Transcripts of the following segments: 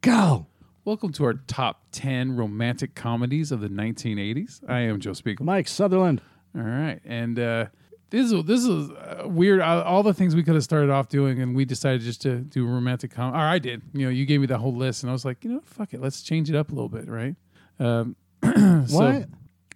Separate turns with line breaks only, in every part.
go.
Welcome to our top 10 romantic comedies of the 1980s. I am Joe Spiegel.
Mike Sutherland.
All right. And uh, this is this is uh, weird. Uh, all the things we could have started off doing, and we decided just to do romantic comedy. Or I did. You know, you gave me that whole list, and I was like, you know, fuck it, let's change it up a little bit, right? Um, so-
What?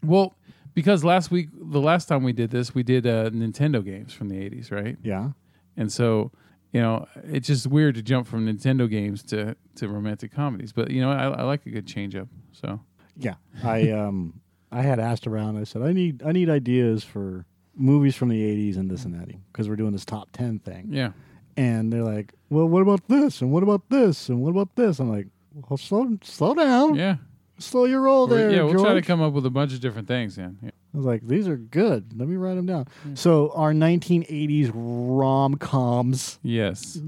well, because last week, the last time we did this, we did uh, Nintendo games from the 80s, right?
Yeah.
And so, you know, it's just weird to jump from Nintendo games to to romantic comedies. But you know, I, I like a good change up. So
Yeah. I um I had asked around. I said I need I need ideas for movies from the 80s and this and that because we're doing this top 10 thing.
yeah,
And they're like, "Well, what about this? And what about this? And what about this?" I'm like, "Well, slow slow down.
yeah,
Slow your roll
We're-
there,
yeah. We'll try to
George."
come up with a bunch of different things, man. Yeah.
I was like, "These are good. Let me write them down." So, our 1980s rom-coms.
Yes.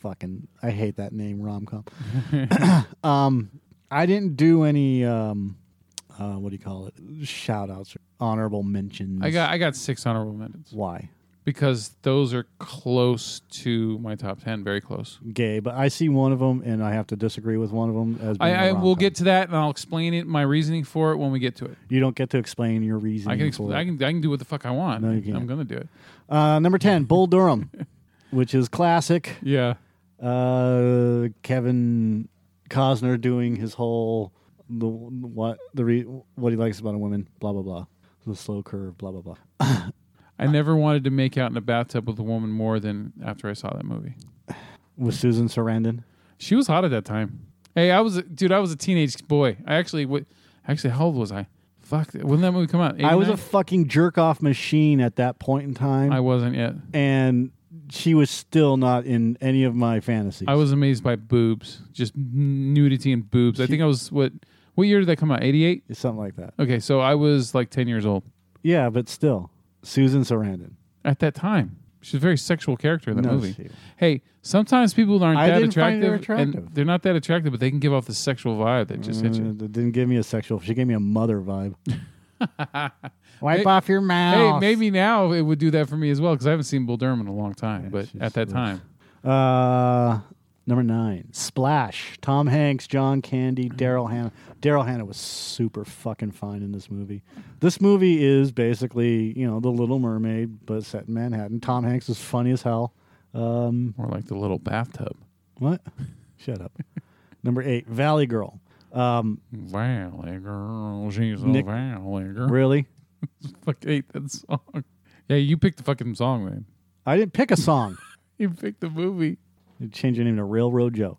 Fucking, I hate that name, rom com. um, I didn't do any, um, uh, what do you call it? Shout outs, or honorable mentions.
I got I got six honorable mentions
why
because those are close to my top ten, very close.
gay, but I see one of them and I have to disagree with one of them. As being
I, I
a
will
rom-com.
get to that, and I'll explain it, my reasoning for it when we get to it.
You don't get to explain your reason.
I can
for
expl- I
it.
can I can do what the fuck I want.
No, you can't.
I'm gonna do it.
Uh, number ten, Bull Durham, which is classic.
Yeah.
Uh, Kevin Costner doing his whole the what the re, what he likes about a woman, blah blah blah, the slow curve, blah blah blah.
I never wanted to make out in a bathtub with a woman more than after I saw that movie.
with Susan Sarandon.
She was hot at that time. Hey, I was a, dude. I was a teenage boy. I actually, wa actually, how old was I? Fuck, when did that movie come out?
I was a
89?
fucking jerk off machine at that point in time,
I wasn't yet.
and she was still not in any of my fantasies.
I was amazed by boobs, just nudity and boobs. I think I was what? What year did that come out? Eighty-eight.
something like that.
Okay, so I was like ten years old
Yeah, but still, Susan Sarandon.
at that time. She's a very sexual character in that
No,
movie.
she-
Hey, sometimes people aren't
I
that
didn't
attractive,
find her
and
attractive.
they're not that attractive, but they can give off the sexual vibe that just hits
Uh,
you.
it didn't give me a sexual. She gave me a mother vibe. Wipe
Hey-
off your
Hey,
mouth.
maybe now it would do that for me as well because I haven't seen Bull Durham in a long time. But
she's-
at
ugh.
that time,
Uh, number nine, Splash. Tom Hanks, John Candy, Daryl Hannah. Daryl Hannah was super fucking fine in this movie. This movie is basically, you know, The Little Mermaid, but set in Manhattan. Tom Hanks is funny as hell. Um,
more like the little bathtub.
what? Shut up. number eight, Valley Girl. Um,
Valley girl, she's
Nick-
a valley girl.
really?
Fuck, I hate that song. Yeah, you picked the fucking song, man.
I didn't pick a song.
You picked the movie.
Change your name to Railroad Joe.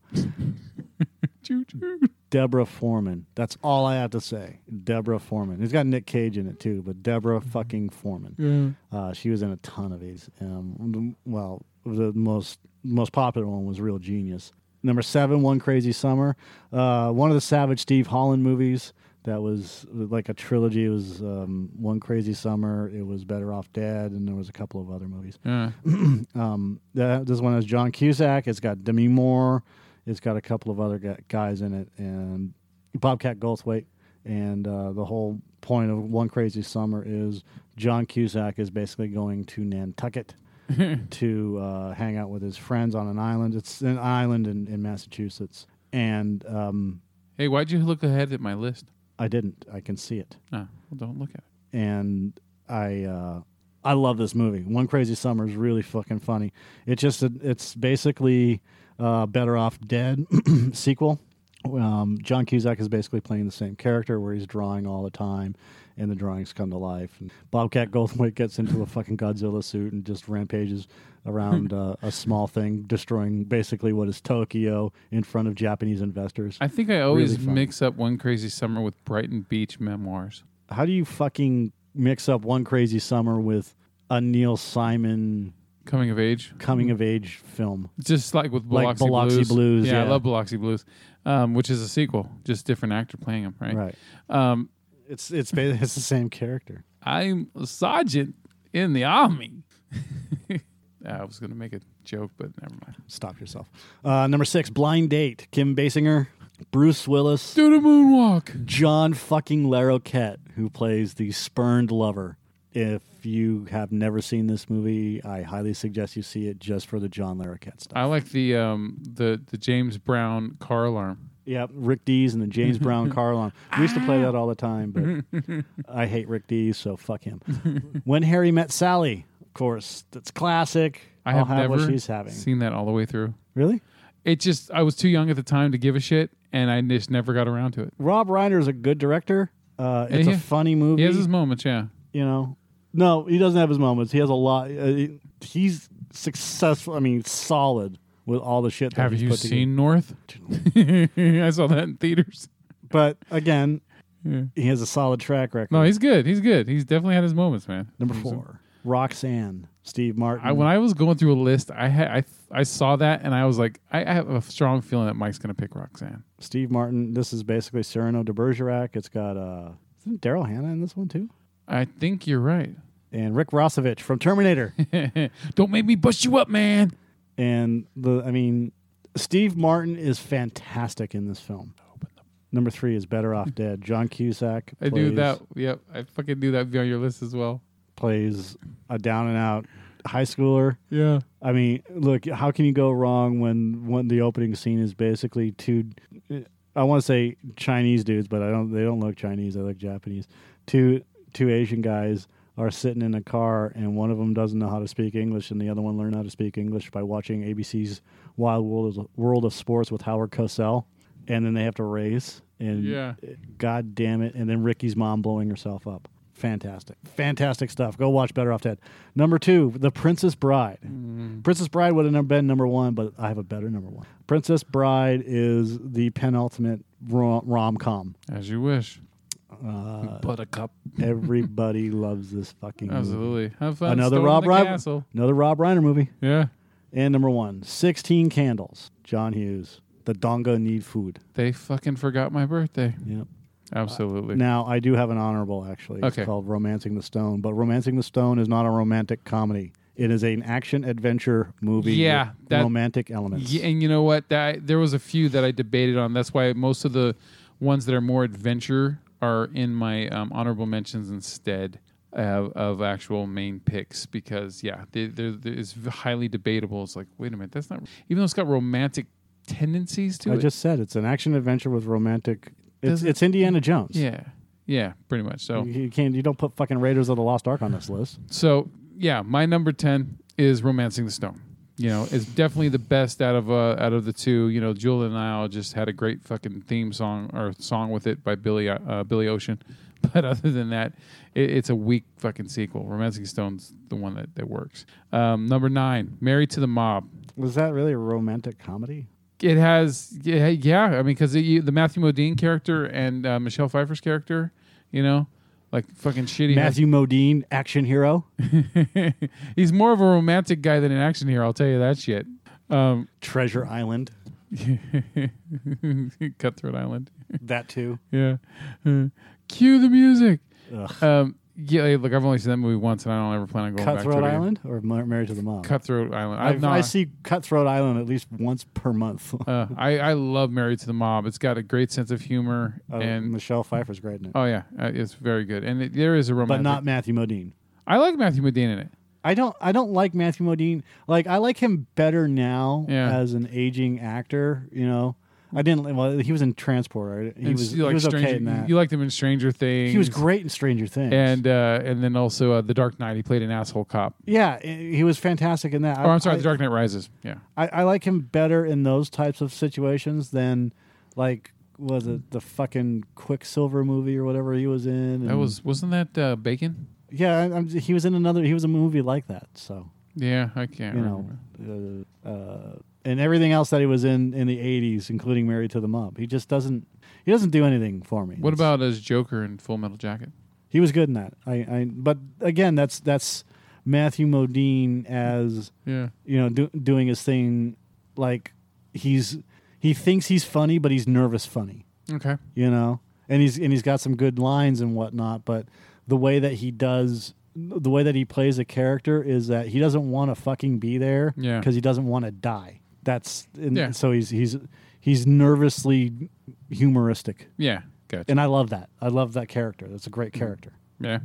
Choo choo.
Deborah Foreman. That's all I have to say. Deborah Foreman. It's got Nick Cage in it too, but Deborah fucking Foreman.
Yeah.
Uh, she was in a ton of these. Um, the- well, the most most popular one was Real Genius. Number seven, One Crazy Summer. Uh, one of the Savage Steve Holland movies that was like a trilogy. It was um, One Crazy Summer. It was Better Off Dead, and there was a couple of other movies.
Yeah.
Um, that, this one has John Cusack. It's got Demi Moore. It's got a couple of other gu- guys in it, and Bobcat Goldthwait. And uh, the whole point of One Crazy Summer is John Cusack is basically going to Nantucket to uh, hang out with his friends on an island. It's an island in, in Massachusetts, and um,
Hey, why'd you look ahead at my list?
I didn't. I can see it.
Ah, well, don't look at it.
and I uh, I love this movie. One Crazy Summer is really fucking funny. It's just a, it's basically uh, Better Off Dead sequel. Um, John Cusack is basically playing the same character where he's drawing all the time, and the drawings come to life. And Bobcat Goldthwait gets into a fucking Godzilla suit and just rampages around uh, a small thing, destroying basically what is Tokyo in front of Japanese investors.
I think I always
Really fun.
mix up One Crazy Summer with Brighton Beach Memoirs.
how do you fucking mix up one crazy summer with a Neil Simon
Coming of age.
coming of age film?
Just like with
Like
Biloxi,
Biloxi Blues,
Yeah, I
yeah.
love Biloxi Blues, um, which is a sequel, just different actor playing him, right?
Right.
Um,
It's it's ba- it's the same character.
I'm a sergeant in the army. I was going to make a joke, but never mind.
Stop yourself. Uh, number six, Blind Date. Kim Basinger, Bruce Willis,
Do the moonwalk.
John fucking Larroquette, who plays the spurned lover. If you have never seen this movie, I highly suggest you see it just for the John Larroquette stuff.
I like the um the the James Brown car alarm.
Yep, Rick Dees and the James Brown car alarm. We used to play that all the time, but I hate Rick Dees, so fuck him. when Harry Met Sally, of course, that's classic.
I
I'll
have
have
never
what she's having.
seen that all the way through.
Really?
It just I was too young at the time to give a shit, and I just never got around to it.
Rob Reiner is a good director. Uh, it's
Yeah.
a funny movie.
He has his moments, yeah.
you know. No, he doesn't have his moments. He has a lot. Uh, he- he's successful. I mean, solid with all the shit. That
Have
he's
you
put together.
seen North? I saw that in theaters.
But again,
Yeah.
he has a solid track record.
No, he's good. He's good. He's definitely had his moments, man.
Number four, Roxanne, Steve Martin.
I, when I was going through a list, I had I I saw that and I was like, I, I have a strong feeling that Mike's gonna pick Roxanne.
Steve Martin. This is basically Cyrano de Bergerac. It's got uh, isn't Daryl Hannah in this one too?
I think you're right.
And Rick Rossovich from Terminator.
Don't make me bust you up, man.
and the I mean, Steve Martin is fantastic in this film. Number three is Better Off Dead. John Cusack.
I knew that. Yep, I fucking knew that'd be on your list as well.
plays a down and out high schooler.
Yeah,
I mean, look, how can you go wrong when when the opening scene is basically two I want to say Chinese dudes, but I don't they don't look Chinese, they look Japanese. Two two Asian guys are sitting in a car and one of them doesn't know how to speak English and the other one learned how to speak English by watching ABC's Wild World of, World of Sports with Howard Cosell and then they have to race and
Yeah.
god damn it and then Ricky's mom blowing herself up. Fantastic. Fantastic stuff. Go watch Better Off Dead. Number 2, The Princess Bride. Princess Bride would have never been number one, but I have a better number one. Princess Bride is the penultimate rom com.
as you wish.
Uh,
Buttercup,
everybody loves this fucking movie.
absolutely. Have fun.
Another
storming
Rob
the
Reiner,
castle.
another Rob Reiner movie,
Yeah,
and number one, 16 Candles. John Hughes. The Donga need food.
they fucking forgot my birthday.
Yep.
Absolutely.
Now I do have an honorable actually. It's
Okay.
called Romancing the Stone, but Romancing the Stone is not a romantic comedy. It is an action adventure movie.
Yeah,
with
that-
romantic elements.
Yeah, and you know what? That there was a few that I debated on. That's why most of the ones that are more adventure are in my um, honorable mentions instead uh, of actual main picks because yeah, they, they're, they're, it's highly debatable. It's like, wait a minute, that's not even though it's got romantic tendencies to
I
it.
just said it's an action adventure with romantic. It's,
Doesn't-
it's Indiana Jones.
yeah, yeah, pretty much. So
You- You can't. You don't put fucking Raiders of the Lost Ark on this list.
So yeah, my number ten is "Romancing the Stone." You know, it's definitely the best out of uh, out of the two. You know, Jewel and I just had a great fucking theme song or song with it by Billy uh, Billy Ocean. But other than that, it, it's a weak fucking sequel. "Romancing the Stone's the one that that works. Um, number nine, "Married to the Mob."
Was that really a romantic comedy?
It has yeah, yeah I mean, because the Matthew Modine character and uh, Michelle Pfeiffer's character, you know, like fucking shitty.
Matthew Modine, action hero.
He's more of a romantic guy than an action hero. I'll tell you that shit. Um,
Treasure Island.
Cutthroat Island.
That too.
Yeah. Uh, cue the music.
Ugh.
Um, yeah, hey, look, I've only seen that movie once, and I don't ever plan on going back to
Cutthroat
it. again.
Island or Mar- Married to the Mob.
Cutthroat Island.
I,
I've not.
I see Cutthroat Island at least once per month.
uh, I, I love Married to the Mob. It's got a great sense of humor,
Uh,
and
Michelle Pfeiffer's great in it,
oh yeah, uh, it's very good. And it, there is a
but
romantic.
not Matthew Modine.
I like Matthew Modine in it.
I don't. I don't like Matthew Modine. Like I like him better now
Yeah.
as an aging actor. You know, I didn't. Well, he was in Transporter. He
And
was.
you
he
like
was
Stranger,
okay in that.
You liked him in Stranger Things.
he was great in Stranger Things.
And uh, and then also uh, The Dark Knight. He played an asshole cop.
yeah, i- he was fantastic in that.
Oh, I'm sorry,
I,
The Dark Knight Rises. Yeah.
I, I like him better in those types of situations than like was it the fucking Quicksilver movie or whatever he was in.
That
and-
was wasn't that uh, Bacon?
yeah. I, I'm, he was in another. He was in a movie like that. So
Yeah, I can't
you
remember. Mm-hmm.
know, uh, uh, and everything else that he was in in the '80s, including Married to the Mob. He just doesn't. He doesn't do anything for me.
What
It's-
about as Joker in Full Metal Jacket?
He was good in that. I. I but again, that's that's Matthew Modine as
Yeah.
you know do, doing his thing, like he's he thinks he's funny, but he's nervous funny.
Okay.
You know, and he's and he's got some good lines and whatnot, but the way that he does. The way that he plays a character is that he doesn't want to fucking be there
Yeah.
because he doesn't want to die. That's and
Yeah.
so he's he's he's nervously humoristic,
Yeah. Gotcha. Mm.
and I love that. I love that character. That's a great character.
Yeah.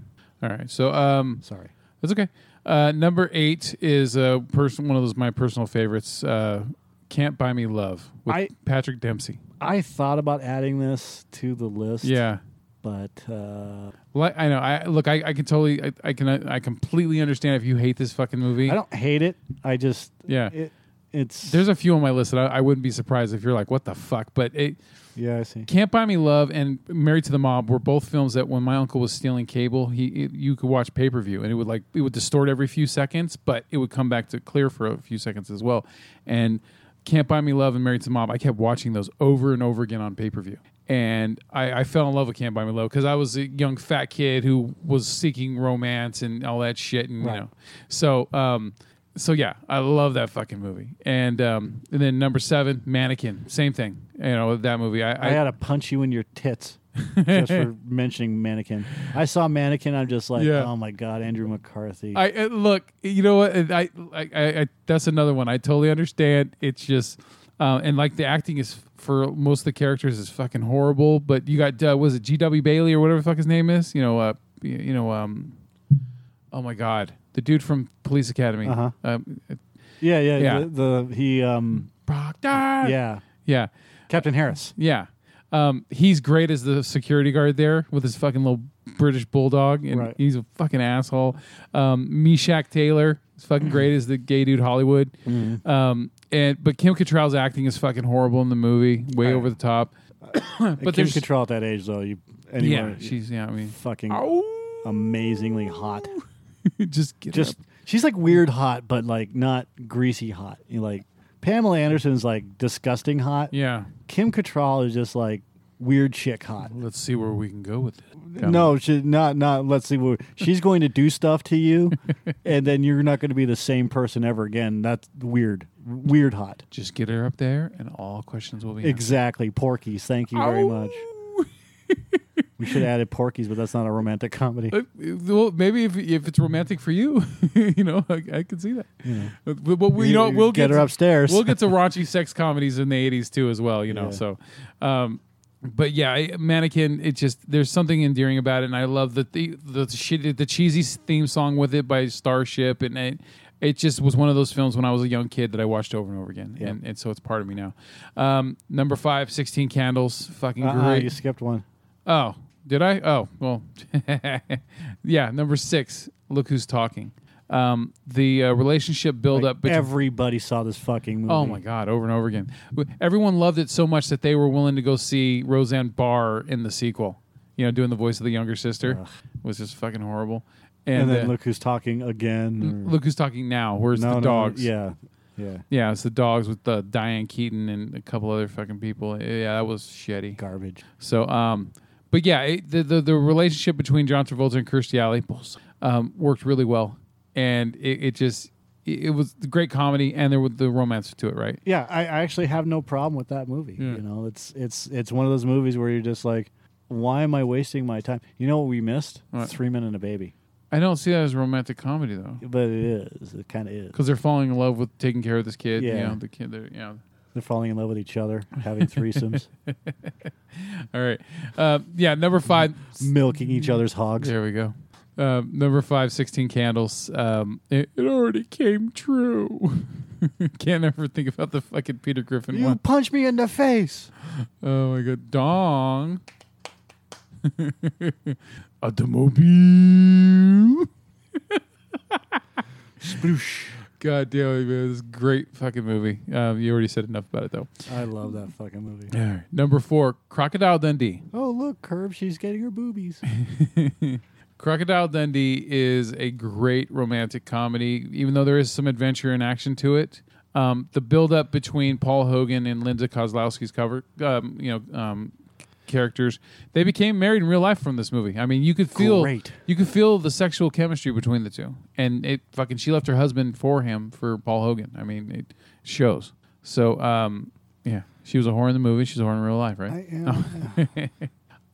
All right. So um,
Sorry.
That's okay. Uh, number eight is uh, person one of those my personal favorites. Uh, Can't buy me love with
I-
Patrick Dempsey.
I thought about adding this to the list.
Yeah,
But uh,
like I know. I look. I, I can totally. I, I can. I completely understand if you hate this fucking movie.
I don't hate it. I just
yeah.
it, it's
There's a few on my list that I, I wouldn't be surprised if you're like, what the fuck? But it
yeah. I see.
Can't Buy Me Love and Married to the Mob were both films that when my uncle was stealing cable, he it, you could watch pay per view and it would like it would distort every few seconds, but it would come back to clear for a few seconds as well. And Can't Buy Me Love and Married to the Mob, I kept watching those over and over again on pay per view. And I, I fell in love with Can't Buy Me Love because I was a young fat kid who was seeking romance and all that shit, and
Right.
you know, so um, so yeah, I love that fucking movie. And um, and then number seven, Mannequin, same thing. You know that movie. I,
I, had to punch you in your tits just for mentioning mannequin. I saw mannequin. I'm just like,
Yeah.
oh my god, Andrew McCarthy.
I uh, look, you know what? I, I, I, I that's another one. I totally understand. It's just, uh, and like the acting is for most of the characters is fucking horrible. But you got uh, was it G.W. Bailey or whatever the fuck his name is? You know, uh, y- you know, um, oh my god, the dude from Police Academy,
Uh-huh.
um,
yeah, yeah,
Yeah.
The, the he um
Proctor.
yeah
yeah,
Captain Harris.
yeah. Um, he's great as the security guard there with his fucking little British bulldog, and
Right.
he's a fucking asshole. Um, Meshack Taylor is fucking great as the gay dude Hollywood.
Mm-hmm.
Um, and but Kim Cattrall's acting is fucking horrible in the movie, way
Right.
over the top.
But
But
Kim
there's
Cattrall at that age though. You
yeah,
anywhere,
she's yeah. I mean,
fucking
oh,
amazingly hot.
just get
Just
up.
she's like weird hot, but like not greasy hot. You know, like Pamela Anderson's like disgusting hot.
yeah.
Kim Cattrall is just like weird chick hot.
Let's see where we can go with it.
No, she, not not. Let's see. what- She's going to do stuff to you, and then you're not going to be the same person ever again. That's weird. Weird hot.
just get her up there, and all questions will be answered.
Exactly. Porky's. Thank you very much. We should have added Porky's, but that's not a romantic comedy.
Uh, well, maybe if if it's romantic for you, you know, I, I could see that. But, but we, you know, we'll
get,
get,
her
to,
upstairs.
We'll get to raunchy sex comedies in the '80s too, as well. You know,
Yeah.
so. Um, but yeah, I, mannequin. It just there's something endearing about it, and I love the the the, shit, the cheesy theme song with it by Starship, and it, it just was one of those films when I was a young kid that I watched over and over again,
Yeah.
and, and so it's part of me now. Um, number five, 16 Candles, fucking
Uh-uh,
great.
you skipped one.
Oh, did I? Oh, well, yeah. Number six. Look who's talking. Um, the uh, relationship build up. between.
Everybody saw this fucking movie.
Oh my God! Over and over again, W- everyone loved it so much that they were willing to go see Roseanne Barr in the sequel. You know, doing the voice of the younger sister It was just fucking horrible. And,
And then
uh, look,
look who's talking again. or-
who's talking now. Where's
no, no,
the dogs?
Yeah, yeah.
yeah, it's the dogs with uh, Diane Keaton and a couple other fucking people. Yeah, that was shitty.
Garbage.
So, um, but yeah, it, the, the the relationship between John Travolta and Kirstie Alley um, worked really well, and it, it just it, it was great comedy, and there was the romance to it, right?
yeah, I, I actually have no problem with that movie.
Yeah.
You know, it's it's it's one of those movies where you're just like, why am I wasting my time? You know what we missed?
What?
Three Men and a Baby.
I don't see that as a romantic comedy though,
But it is. It kind of is.
because they're falling in love with taking care of this kid. Yeah,
Yeah.
the kid. They're, yeah.
They're falling in love with each other, having threesomes,
All right. Uh, yeah. Number five.
milking each other's hogs.
There we go. Um, number five, 16 Candles. Um, it, it already came true. Can't ever think about the fucking Peter Griffin
You
one.
punch me in the face.
Oh my god, dong. Automobile.
Sploosh.
God damn it, man. This is a great fucking movie. Um, you already said enough about it, though.
I love that fucking movie.
Number four, Crocodile Dundee.
Oh look, Curb, she's getting her boobies.
Crocodile Dundee is a great romantic comedy, even though there is some adventure and action to it. Um, the build-up between Paul Hogan and Linda Kozlowski's cover, um, you know, um, characters, they became married in real life from this movie. I mean, you could feel
Great.
you could feel the sexual chemistry between the two, and it fucking she left her husband for him for Paul Hogan. I mean, it shows. So, um, yeah, she was a whore in the movie. She's a whore in real life, right?
I am.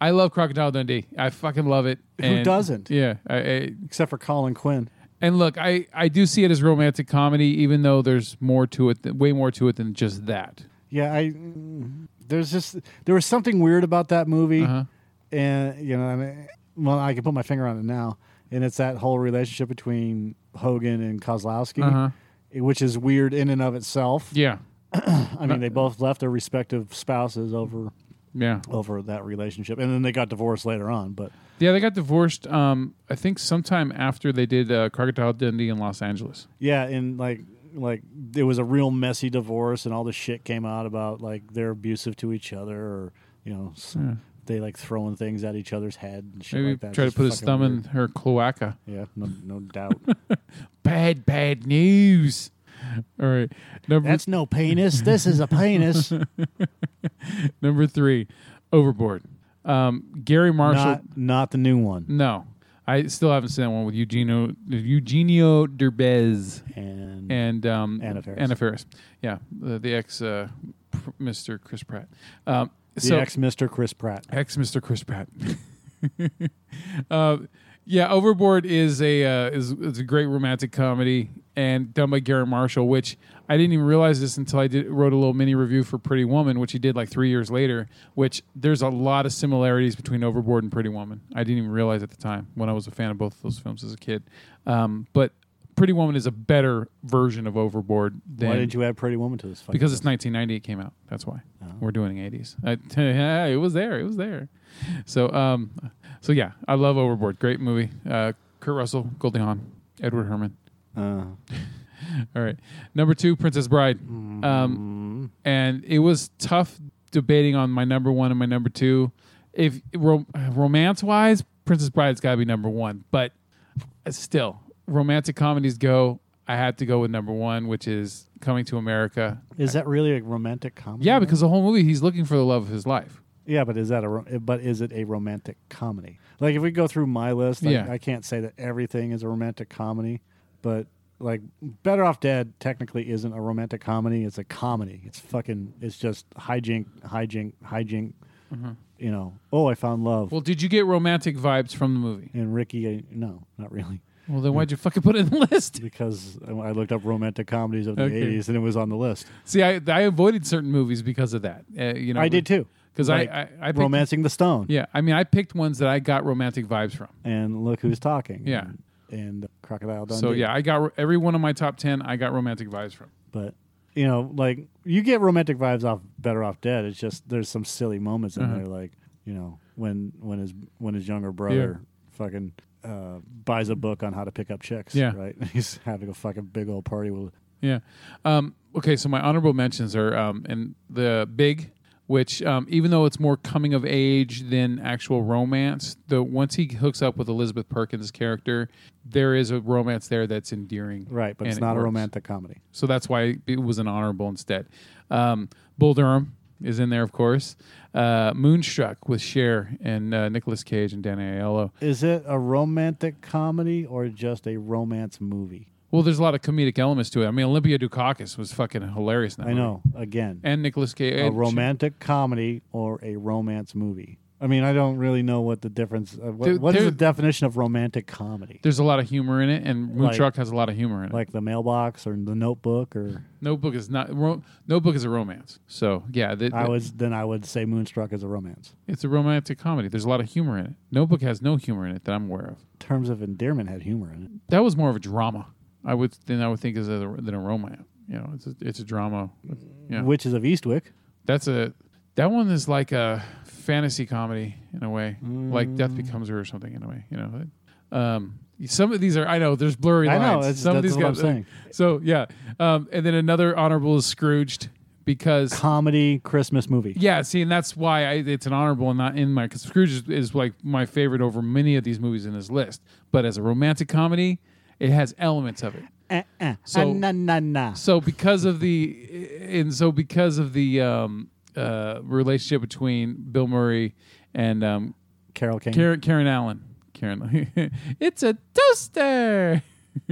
I love Crocodile Dundee. I fucking love it.
Who
And-
doesn't?
Yeah, I, I,
Except for Colin Quinn.
and look, I, I do see it as romantic comedy, even though there's more to it, th- way more to it than just that.
Yeah, I. mm, There's just there was something weird about that movie.
Uh-huh.
and you know, I mean, well, I can put my finger on it now. and it's that whole relationship between Hogan and Kozlowski,
Uh-huh.
eh, which is weird in and of itself.
Yeah.
I mean, they both left their respective spouses over
Yeah.
over that relationship, and then they got divorced later on. But
Yeah, they got divorced. Um, I think sometime after they did uh, Crocodile Dundee in Los Angeles.
yeah, and like like it was a real messy divorce, and all the shit came out about like they're abusive to each other, or you know. s
Yeah.
They like throwing things at each other's head and shit
Maybe
like that.
try to
It's
put his
fucking
thumb
weird.
in her cloaca.
Yeah, no, no doubt.
Bad, bad news. All right, number
That's no penis. This is a penis.
number three, overboard. Um, Gary Marshall.
not not the new one.
no, I still haven't seen that one with Eugenio Eugenio Derbez.
And
Mm. and um,
Anna Faris.
Anna Faris. Yeah, the, the ex uh, pr- Mr. Chris Pratt. Um,
the
so
ex Mr. Chris Pratt.
ex Mr. Chris Pratt. uh, yeah, Overboard is a uh, is, is a great romantic comedy and done by Garrett Marshall, which I didn't even realize this until I did, wrote a little mini review for Pretty Woman, which he did like three years later. Which there's a lot of similarities between Overboard and Pretty Woman. I didn't even realize at the time when I was a fan of both of those films as a kid. Um, but Pretty Woman is a better version of Overboard than
Why did you add Pretty Woman to this? fucking
because
list?
it's 1990 it came out that's why we're doing 80s I, it was there it was there so um so yeah i love overboard great movie uh kurt russell goldie hawn edward herman
uh,
all right number two princess bride
Uh,
um
mm.
and it was tough debating on my number one and my number two if ro- romance wise princess bride's got to be number one but uh, still romantic comedies go i had to go with number one which is coming to america
is that really a romantic comedy?
yeah,
though?
because the whole movie he's looking for the love of his life.
yeah, but is that a ro- eh, but is it a romantic comedy? Like if we go through my list, like,
Yeah.
I can't say that everything is a romantic comedy, but like Better Off Dead technically isn't a romantic comedy. It's a comedy. It's fucking. It's just hijink, hijink, hijink.
Mm-hmm.
You know. Oh, I found love.
Well, did you get romantic vibes from the movie?
and Ricky, uh, no, not really.
Well, then why'd you fucking put it in the list?
because I looked up romantic comedies of the
Okay.
80s and it was on the list.
See, I, I avoided certain movies because of that. Uh, you know,
I did too.
because
Like,
I I, I picked,
Romancing the Stone.
Yeah, I mean, I picked ones that I got romantic vibes from.
And Look Who's Talking.
Yeah.
And, and Crocodile Dundee.
So yeah, I got every one of my top ten. I got romantic vibes from.
But, you know, like you get romantic vibes off Better Off Dead. It's just there's some silly moments in
Uh-huh.
there, like, you know, when when his when his younger brother fucking uh, buys a book on how to pick up chicks.
Yeah.
Right. He's having a fucking big old party with
Yeah. Um, okay, so my honorable mentions are um, and the Big, which um, even though it's more coming of age than actual romance, the once he hooks up with Elizabeth Perkins' character, there is a romance there that's endearing.
Right, but
and
it's
it
not a
works.
romantic comedy.
So that's why it was an honorable instead. Um, Bull Durham is in there, of course. Uh, Moonstruck with Cher and uh, Nicolas Cage and Danny Aiello.
Is it a romantic comedy or just a romance movie?
Well, there's a lot of comedic elements to it. I mean, Olympia Dukakis was fucking hilarious. In that
I
movie.
know. Again,
And Nicolas Cage.
a
and she-
romantic comedy or a romance movie. I mean, I don't really know what the difference. Uh, what,
Dude,
what is
there-
the definition of romantic comedy?
There's a lot of humor in it, and Moon
Like-
Truck has a lot of humor in it.
Like the mailbox or the Notebook, or
Notebook is not ro- Notebook is a romance. So yeah, th-
I
th-
was then I would say Moonstruck is a romance.
it's a romantic comedy. There's a lot of humor in it. Notebook has no humor in it that I'm aware of.
Terms of endearment had humor in it.
That was more of a drama. I would then I would think is a, than a romance. You know, it's a, it's a drama. Yeah.
Witches of Eastwick.
That's a that one is like a fantasy comedy in a way, like Death
Mm.
Becomes Her or something in a way. You know, um, some of these are I know there's blurry
I
lines.
know. It's,
some
that's
of these
what I'm
guys- uh,
saying.
So yeah, um, and then another honorable is Scrooged because
Comedy Christmas movie.
yeah, see, and that's why I, it's an honorable and not in my because Scrooge is, is like my favorite over many of these movies in this list. But as a romantic comedy, it has elements of it.
Uh-uh.
So-
Ah, nah, nah, nah.
So because of the and so because of the um, uh, relationship between Bill Murray and um,
Carol Kane.
Karen, Karen Allen. Karen, it's a toaster.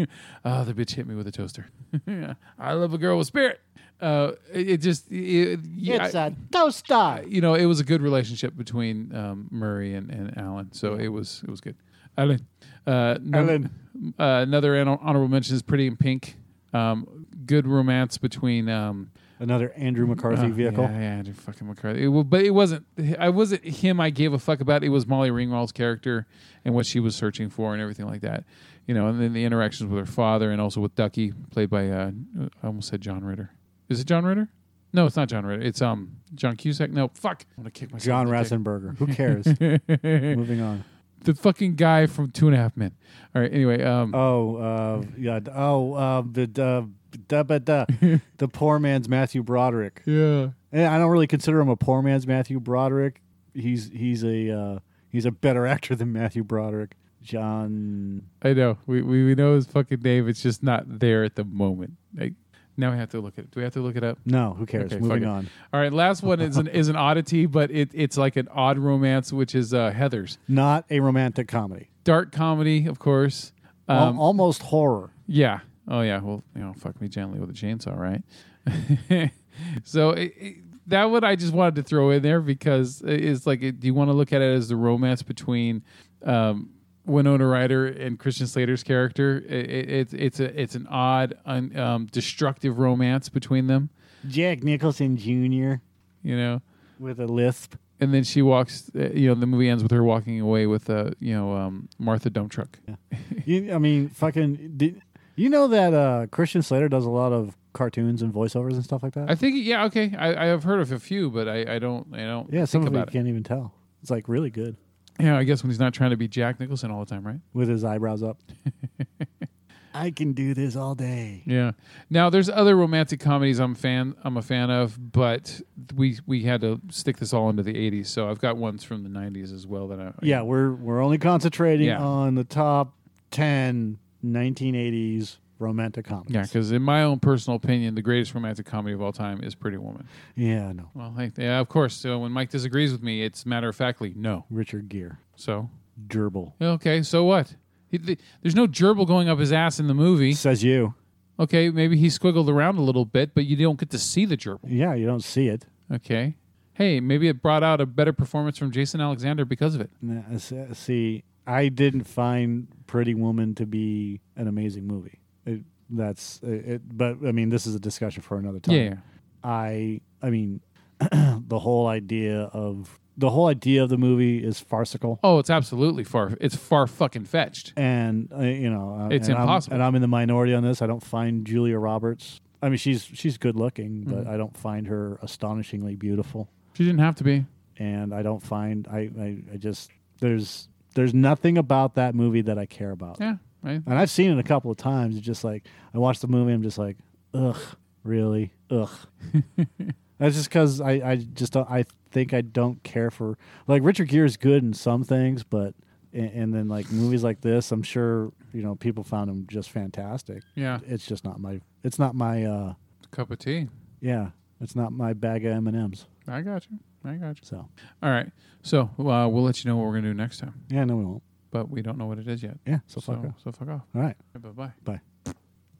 oh, the bitch hit me with a toaster. I love a girl with spirit. Uh, it, it just it, yeah,
it's uh,
I-
a toaster.
you know, it was a good relationship between um, Murray and, and Allen. So it was it was good. Allen. Uh, no-
Allen.
Uh, another honor- honorable mention is Pretty in Pink. Um, good romance between um,
Another Andrew McCarthy
Oh,
vehicle.
Yeah, yeah, Andrew fucking McCarthy. It, wa- but it wasn't. I wasn't him. I gave a fuck about. It was Molly Ringwald's character and what she was searching for and everything like that. You know, and then the interactions with her father and also with Ducky, played by uh, I almost said John Ritter. Is it John Ritter? No, it's not John Ritter. It's um John Cusack. No, fuck. I'm gonna kick myself.
John
in the dick.
Ratzenberger. Who cares? Moving on.
the fucking guy from Two and a Half Men. All right. Anyway, um,
Oh, uh, yeah. d- Oh, uh, the da, da, ba- da, the poor man's Matthew Broderick.
yeah.
And I don't really consider him a poor man's Matthew Broderick. He's he's a uh, he's a better actor than Matthew Broderick. John.
I know. We, we we know his fucking name. It's just not there at the moment. Like now we have to look at it. Do we have to look it up?
No, who cares?
Okay,
Moving
fuck it.
on.
All right, last one is an is an oddity, but it, it's like an odd romance, which is uh, Heather's
Not a romantic comedy.
dark comedy, of course.
Al-
Um,
almost horror.
yeah. Oh yeah. Well, you know, fuck me gently with a chainsaw, right? so it, it, that one I just wanted to throw in there because it- it's like, it, do you want to look at it as the romance between um, Winona Ryder and Christian Slater's character? It, it, it's it's a it's an odd, un, um, destructive romance between them.
Jack Nicholson Jr.
You know.
with a lisp.
and then she walks. Uh, you know, the movie ends with her walking away with a you know um, Martha dump truck.
You, I mean, fucking. Did, you know that uh, Christian Slater does a lot of cartoons and voiceovers and stuff like that.
I think yeah, okay. I, I have heard of a few, but I, I don't I don't
yeah, some
think
of it you
about it.
can't even tell. It's like really good
Yeah, I guess when he's not trying to be Jack Nicholson all the time, right?
with his eyebrows up. I can do this all day.
Yeah. Now there's other romantic comedies I'm fan I'm a fan of, but we we had to stick this all into the 80s, so I've got ones from the 90s as well that I
Yeah, we're we're only concentrating
Yeah.
on the top 10 1980s romantic comedies.
yeah, because in my own personal opinion, the greatest romantic comedy of all time is Pretty Woman.
Yeah, no.
Well, hey, yeah, of course. So when Mike disagrees with me, it's matter of factly no.
Richard Gere,
So
gerbil.
Okay, so what? He, th- there's no gerbil going up his ass in the movie.
Says you.
Okay, maybe he squiggled around a little bit, but you don't get to see the gerbil.
Yeah, you don't see it.
Okay. Hey, maybe it brought out a better performance from Jason Alexander because of it.
Nah, s- See, I didn't find Pretty Woman to be an amazing movie. It, that's it, it- But I mean, this is a discussion for another time.
Yeah.
I, I mean, the whole idea of the whole idea of the movie is farcical,
Oh, it's absolutely far. It's far fucking fetched.
and uh, you know, uh,
It's
and
impossible.
I'm, and I'm in the minority on this. I don't find Julia Roberts. I mean, she's she's good looking, but
Mm-hmm.
I don't find her astonishingly beautiful.
She didn't have to be.
and I don't find I, I, I just there's there's nothing about that movie that I care about.
Yeah. Right.
And I've seen it a couple of times. It's just like I watch the movie, I'm just like, ugh, really, ugh. That's just because I, I just don't, I think I don't care for like Richard Gere is good in some things, but and, and then like movies like this, I'm sure you know people found him just fantastic.
Yeah.
It's just not my it's not my uh
Cup of tea.
yeah it's not my bag of M and M's.
I got you. I got you.
So
All right. So uh, we'll let you know what we're gonna do next time,
yeah, no, we won't.
but we don't know what it is yet.
Yeah, so
So
fuck off.
so fuck off.
All right.
Bye bye.
Bye.